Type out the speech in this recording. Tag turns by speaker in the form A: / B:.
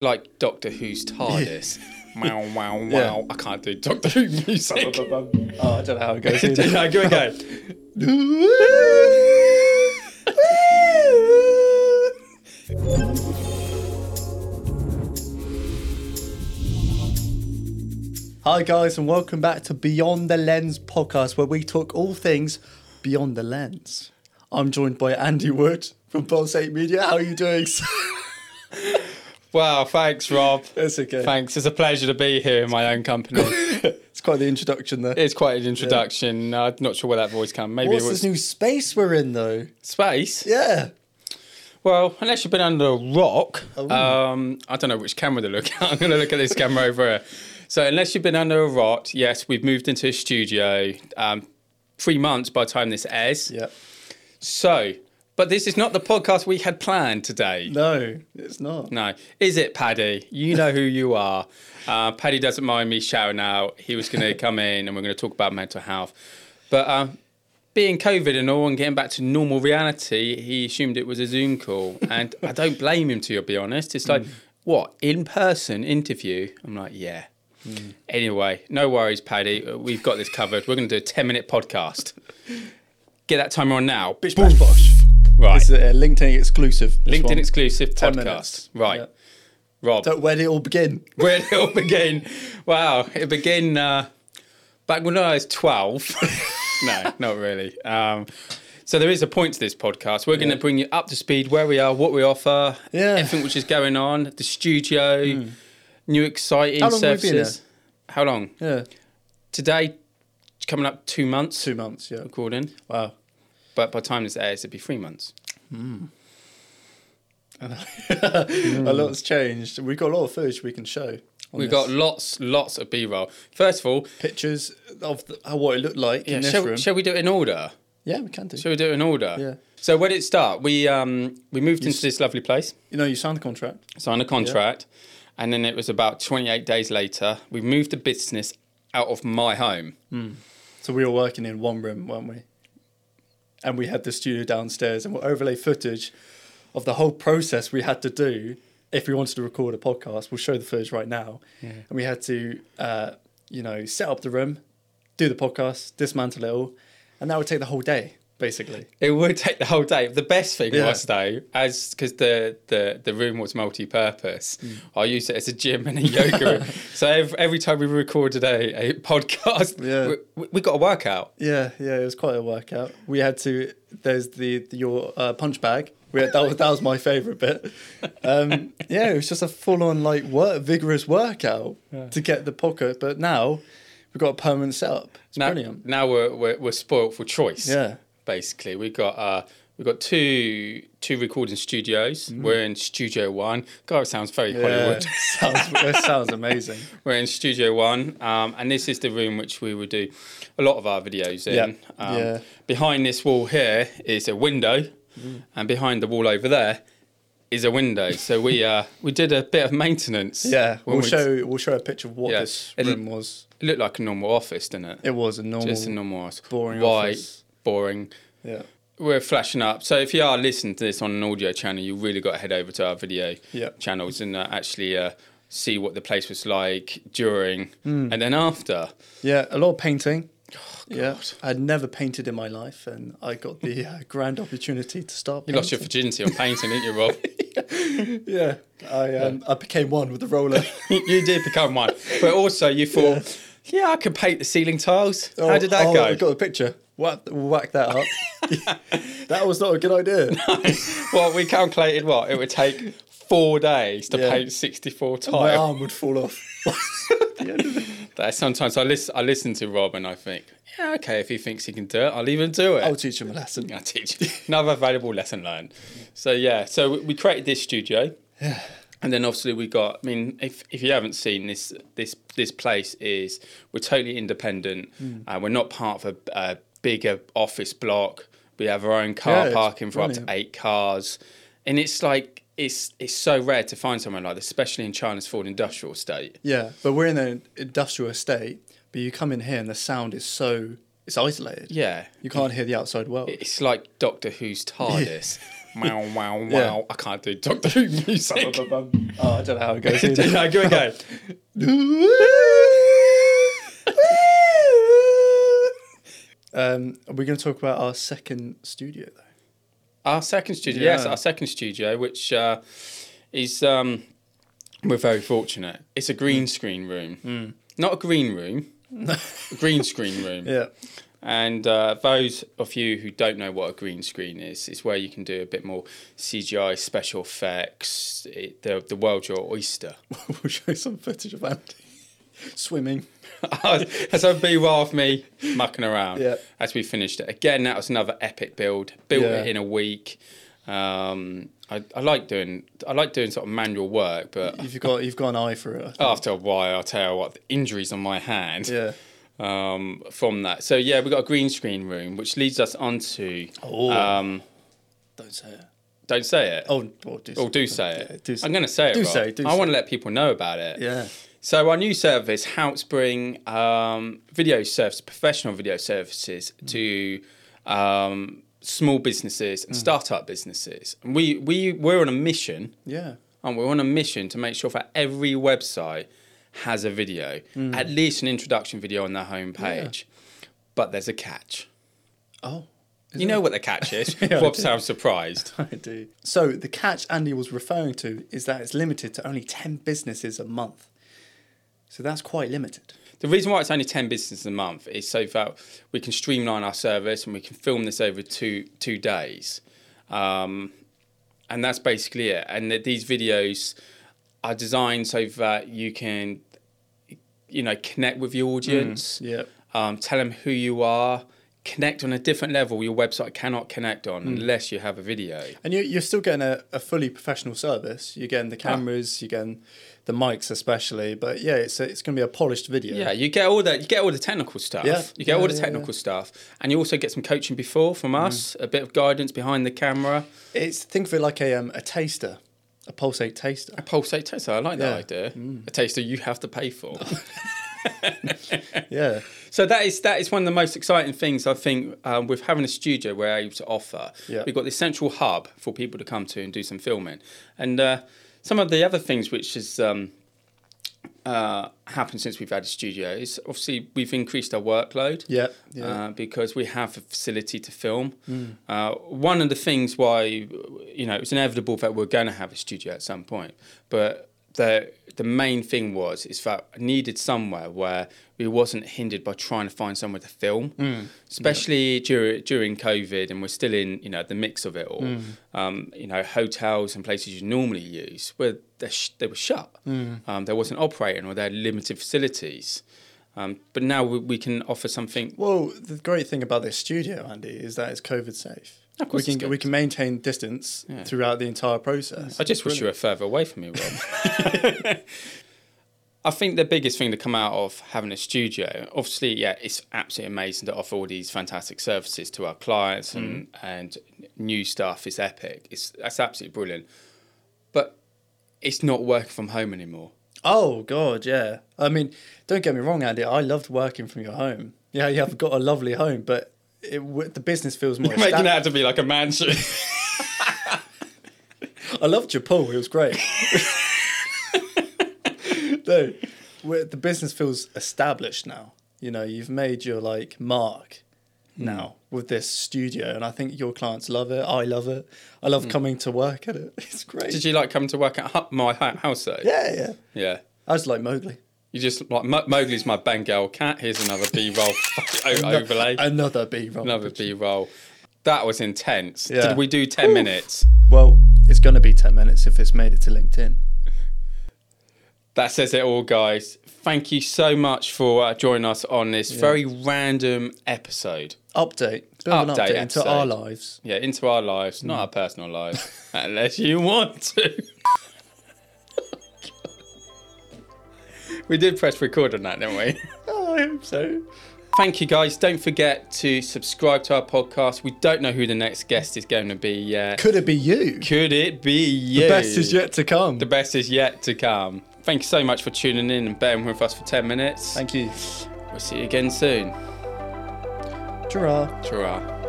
A: like Doctor Who's TARDIS. Wow, wow, wow. I can't do Doctor Who music.
B: oh, I don't know how it goes.
A: Give
B: either.
A: it a go.
B: Hi, guys, and welcome back to Beyond the Lens podcast, where we talk all things beyond the lens. I'm joined by Andy Wood from Pulse 8 Media. How are you doing? sir?
A: Wow, thanks, Rob.
B: It's okay.
A: Thanks. It's a pleasure to be here in my own company.
B: It's quite the introduction there.
A: It's quite an introduction. Uh, I'm not sure where that voice came. Maybe
B: What's
A: it
B: this
A: was
B: new space we're in, though?
A: space.
B: Yeah.
A: Well, unless you've been under a rock, um, I don't know which camera to look at. I'm going to look at this camera over here. So, unless you've been under a rock, yes, we've moved into a studio. Um, three months by the time this airs.
B: Yeah.
A: So, but this is not the podcast we had planned today.
B: No, it's not.
A: No. Is it Paddy? You know who you are. Uh, Paddy doesn't mind me shouting out. He was going to come in and we're going to talk about mental health. But um, being COVID and all and getting back to normal reality, he assumed it was a Zoom call. And I don't blame him, to be honest. It's like, what, in person interview? I'm like, yeah.
B: Hmm.
A: Anyway, no worries, Paddy. Uh, We've got this covered. We're going to do a 10 minute podcast. Get that timer on now.
B: Bish, bash, bosh.
A: Right.
B: This is a LinkedIn exclusive. this
A: LinkedIn
B: one.
A: exclusive
B: 10
A: podcast.
B: minutes.
A: Right.
B: Yeah.
A: Rob.
B: So where did it all begin?
A: Where did it all begin? Wow, it began uh, back when I was 12. no, not really. Um, so there is a point to this podcast. We're going to bring you up to speed where we are, what we offer,
B: Yeah. Hmm.
A: everything which is going on, the studio, new exciting
B: How long have we
A: services.
B: been
A: How long?
B: Yeah.
A: Today, coming up two months
B: Two months, yeah.
A: recording,
B: Wow.
A: but by the time this airs, it'd be three months.
B: A lot's changed. We've got a lot of footage we can show. on
A: We've
B: this.
A: got lots, lots of B-roll. First of all,
B: pictures of the, how, what it looked like in this
A: shall,
B: room.
A: shall we do it in order?
B: yeah, we can do.
A: Shall we do it in order?
B: Yeah.
A: So where did it start? We um we moved into this lovely place,
B: You know, you signed the contract.
A: signed a contract, and then it was about 28 days later we moved the business out of my home.
B: So we were working in one room, weren't we? And we had the studio downstairs and we'll overlay footage of the whole process we had to do if we wanted to record a podcast. We'll show the footage right now. And we had to, uh, you know, set up the room, do the podcast, dismantle it all. And that would take the whole day, basically.
A: It would take the whole day. The best thing
B: Yeah.
A: was though, as because the, the the room was multi-purpose,
B: Mm.
A: I used it as a gym and a yoga room. So every, every time we recorded a, a podcast,
B: Yeah.
A: we- we, we got a workout.
B: Yeah, yeah, it was quite a workout. We had to. There's the your uh, punch bag. We had, that was that was my favourite bit. Um, yeah, it was just a full on like work, vigorous workout to get the pocket. But now we've got a permanent setup. It's
A: Now,
B: brilliant.
A: now we're, we're we're spoiled for choice.
B: Yeah,
A: basically. We've got uh, we've got two two recording studios. We're in Studio One. God, it sounds very
B: Mm-hmm. yeah.
A: Hollywood.
B: sounds it sounds amazing.
A: We're in Studio One, um, and this is the room which we will do a lot of our videos in.
B: Yep.
A: Um,
B: Yeah. Mm-hmm.
A: Behind this wall here is a window, and behind the wall over there is a window. So we uh, we did a bit of maintenance.
B: Yeah,
A: when
B: we'll
A: we-
B: show we'll show a picture of what
A: Yeah.
B: this
A: It-
B: room was.
A: It looked like a normal office, didn't it?
B: It was a normal.
A: Just a normal office.
B: boring
A: White,
B: office.
A: boring.
B: yeah,
A: we're flashing up. So if you are listening to this on an audio channel, you really got to head over to our video
B: Yeah.
A: channels and uh, actually uh, see what the place was like during
B: Hmm.
A: and then after.
B: yeah, a lot of painting.
A: Oh,
B: Yeah, I'd never painted in my life, and I got the uh, grand opportunity to start.
A: You lost your virginity on painting, didn't you, Rob?
B: Yeah, I um, I became one with the roller.
A: you did become one, but also you thought, yeah, I could paint the ceiling tiles. How
B: Oh,
A: did that
B: oh,
A: go?
B: I got a picture. Whack, whack that up. that was not a good idea.
A: well, we calculated what it would take four days to
B: Yeah. Oh,
A: paint sixty-four
B: My
A: tiles.
B: arm would fall off.
A: That sometimes I listen, I listen to Rob and I think, yeah, okay, if he thinks he can do it, I'll even do it.
B: I'll teach him a lesson.
A: I teach another valuable lesson learned. So yeah, so we, we created this studio, and then obviously we got. I mean, if if you haven't seen this, this this place is we're totally independent.
B: Hmm.
A: Uh, we're not part of a, a bigger office block. We have our own
B: Yeah,
A: car
B: it's
A: parking for up to
B: brilliant.
A: eight cars, and it's like it's it's so rare to find somewhere like this, especially in China's Ford Industrial Estate.
B: Yeah, but we're in an industrial estate. But you come in here and the sound is so it's isolated.
A: Yeah,
B: you can't hear the outside world.
A: it's like Doctor Who's TARDIS. wow, wow, wow.
B: Yeah.
A: I can't do Doctor Who music.
B: oh, I don't know how it goes.
A: Go
B: either.
A: go.
B: um, are we going to talk about our second studio though?
A: Our second studio, yes,
B: Yeah.
A: our second studio, which uh, is um, we're very fortunate. It's a green
B: Mm.
A: screen room, not a green room, a green screen room.
B: Yeah.
A: And uh, those of you who don't know what a green screen is, it's where you can do a bit more CGI, special effects. It, the the world's your oyster.
B: we'll show some footage of Andy swimming.
A: as I'd be off me mucking around
B: Yeah.
A: as we finished it. Again, that was another epic build. Built
B: Yeah.
A: it in a week. Um, I, I like doing I like doing sort of manual work, but
B: You've got you've got an eye for it.
A: after a while, I'll tell you what, the injuries on my hand
B: Yeah.
A: um, from that. So yeah, we got a green screen room, which leads us onto.
B: Oh.
A: Um,
B: Don't say it.
A: don't say it.
B: Oh, well, do
A: Oh, do say it.
B: Yeah, do say-
A: I'm going to say it.
B: do
A: Rob.
B: say it, do
A: I
B: say
A: want to let people know about it.
B: Yeah.
A: So our new service, Houtspring um, Video Service, professional video services to um, small businesses and startup businesses. And we we we're on a mission,
B: Yeah.
A: and we're on a mission to make sure that every website has a video, at least an introduction video on their homepage. But there's a catch.
B: Oh.
A: you know what the catch is.
B: Yeah, I
A: Rob
B: do.
A: sounds surprised.
B: I do. So the catch Andy was referring to is that it's limited to only ten businesses a month. So that's quite limited.
A: The reason why it's only 10 businesses a month is so that we can streamline our service and we can film this over two, two days. Um, and that's basically it. And that these videos are designed so that you can, you know, connect with your audience,
B: yep.
A: um, tell them who you are, connect on a different level your website cannot connect on unless you have a video.
B: And you, you're still getting a, a fully professional service. You're getting the
A: Ah.
B: cameras, you're getting the mics, especially. But yeah, it's a, it's going to be a polished video.
A: Yeah, you get all that. You get all the technical stuff.
B: Yeah.
A: You get all
B: Yeah,
A: the
B: yeah, Mm.
A: technical stuff, and you also get some coaching before from us, a bit of guidance behind the camera.
B: It's think of it like a um, a taster, a pulsate taster.
A: A pulsate taster. I like that
B: Yeah. Mm.
A: idea. A taster you have to pay for.
B: Yeah.
A: so that is that is one of the most exciting things I think um, with having a studio we're able to offer.
B: Yeah.
A: We've got this central hub for people to come to and do some filming, and uh, some of the other things which has um, uh, happened since we've had a studio is obviously we've increased our workload.
B: Yeah. Yeah.
A: uh, because we have a facility to film. Uh, one of the things why you know it was inevitable that we are going to have a studio at some point, but the the main thing was is that I needed somewhere where we wasn't hindered by trying to find somewhere to film, especially during during COVID, and we're still in you know the mix of it all. Um, you know hotels and places you normally use where they sh- they were shut, um, they wasn't operating or they had limited facilities. Um, but now we, we can offer something
B: Well, the great thing about this studio, Andy, is that it's COVID safe.
A: Of course
B: we
A: it's
B: can we can maintain distance
A: Yeah.
B: throughout the entire process.
A: I just wish you were further away from me, Rob. I think the biggest thing to come out of having a studio, obviously, yeah, it's absolutely amazing to offer all these fantastic services to our clients and, and new stuff is epic. It's that's absolutely brilliant. But it's not working from home anymore.
B: Oh God, yeah. I mean, don't get me wrong, Andy. I loved working from your home. Yeah, you have got a lovely home, but it, w- the business feels more.
A: Making it
B: established.
A: out to be like a mansion.
B: I loved your pool. It was great. no, where the business feels established now. You know, you've made your like mark
A: Hmm.
B: now with this studio, and I think your clients love it. I love it. I love coming to work at it. It's great.
A: Hmm. Did you like come to work at hu- my hu- house though?
B: yeah, yeah.
A: Yeah.
B: I was like Mowgli.
A: You just like Mo- Mowgli's my Bengal cat. Here's another B-roll fucking o- overlay.
B: Another B roll.
A: another B roll. That was intense.
B: Yeah.
A: Did we do 10 minutes?
B: Well, it's going to be 10 minutes if it's made it to LinkedIn.
A: That says it all, guys. Thank you so much for uh, joining us on this very random episode.
B: Update. Bit of an
A: Update
B: update
A: episode.
B: into our lives.
A: Yeah, into our lives, not our
B: Mm.
A: personal lives, unless you want to. we did press record on that, didn't we?
B: Oh, I hope so.
A: Thank you, guys. Don't forget to subscribe to our podcast. We don't know who the next guest is going to be yet.
B: Could it be you?
A: Could it be you?
B: Best is yet to come.
A: The best is yet to come. Thank you so much for tuning in and bearing with us for 10 minutes.
B: Thank you.
A: We'll see you again soon.
B: Gerard.
A: Ta-ra.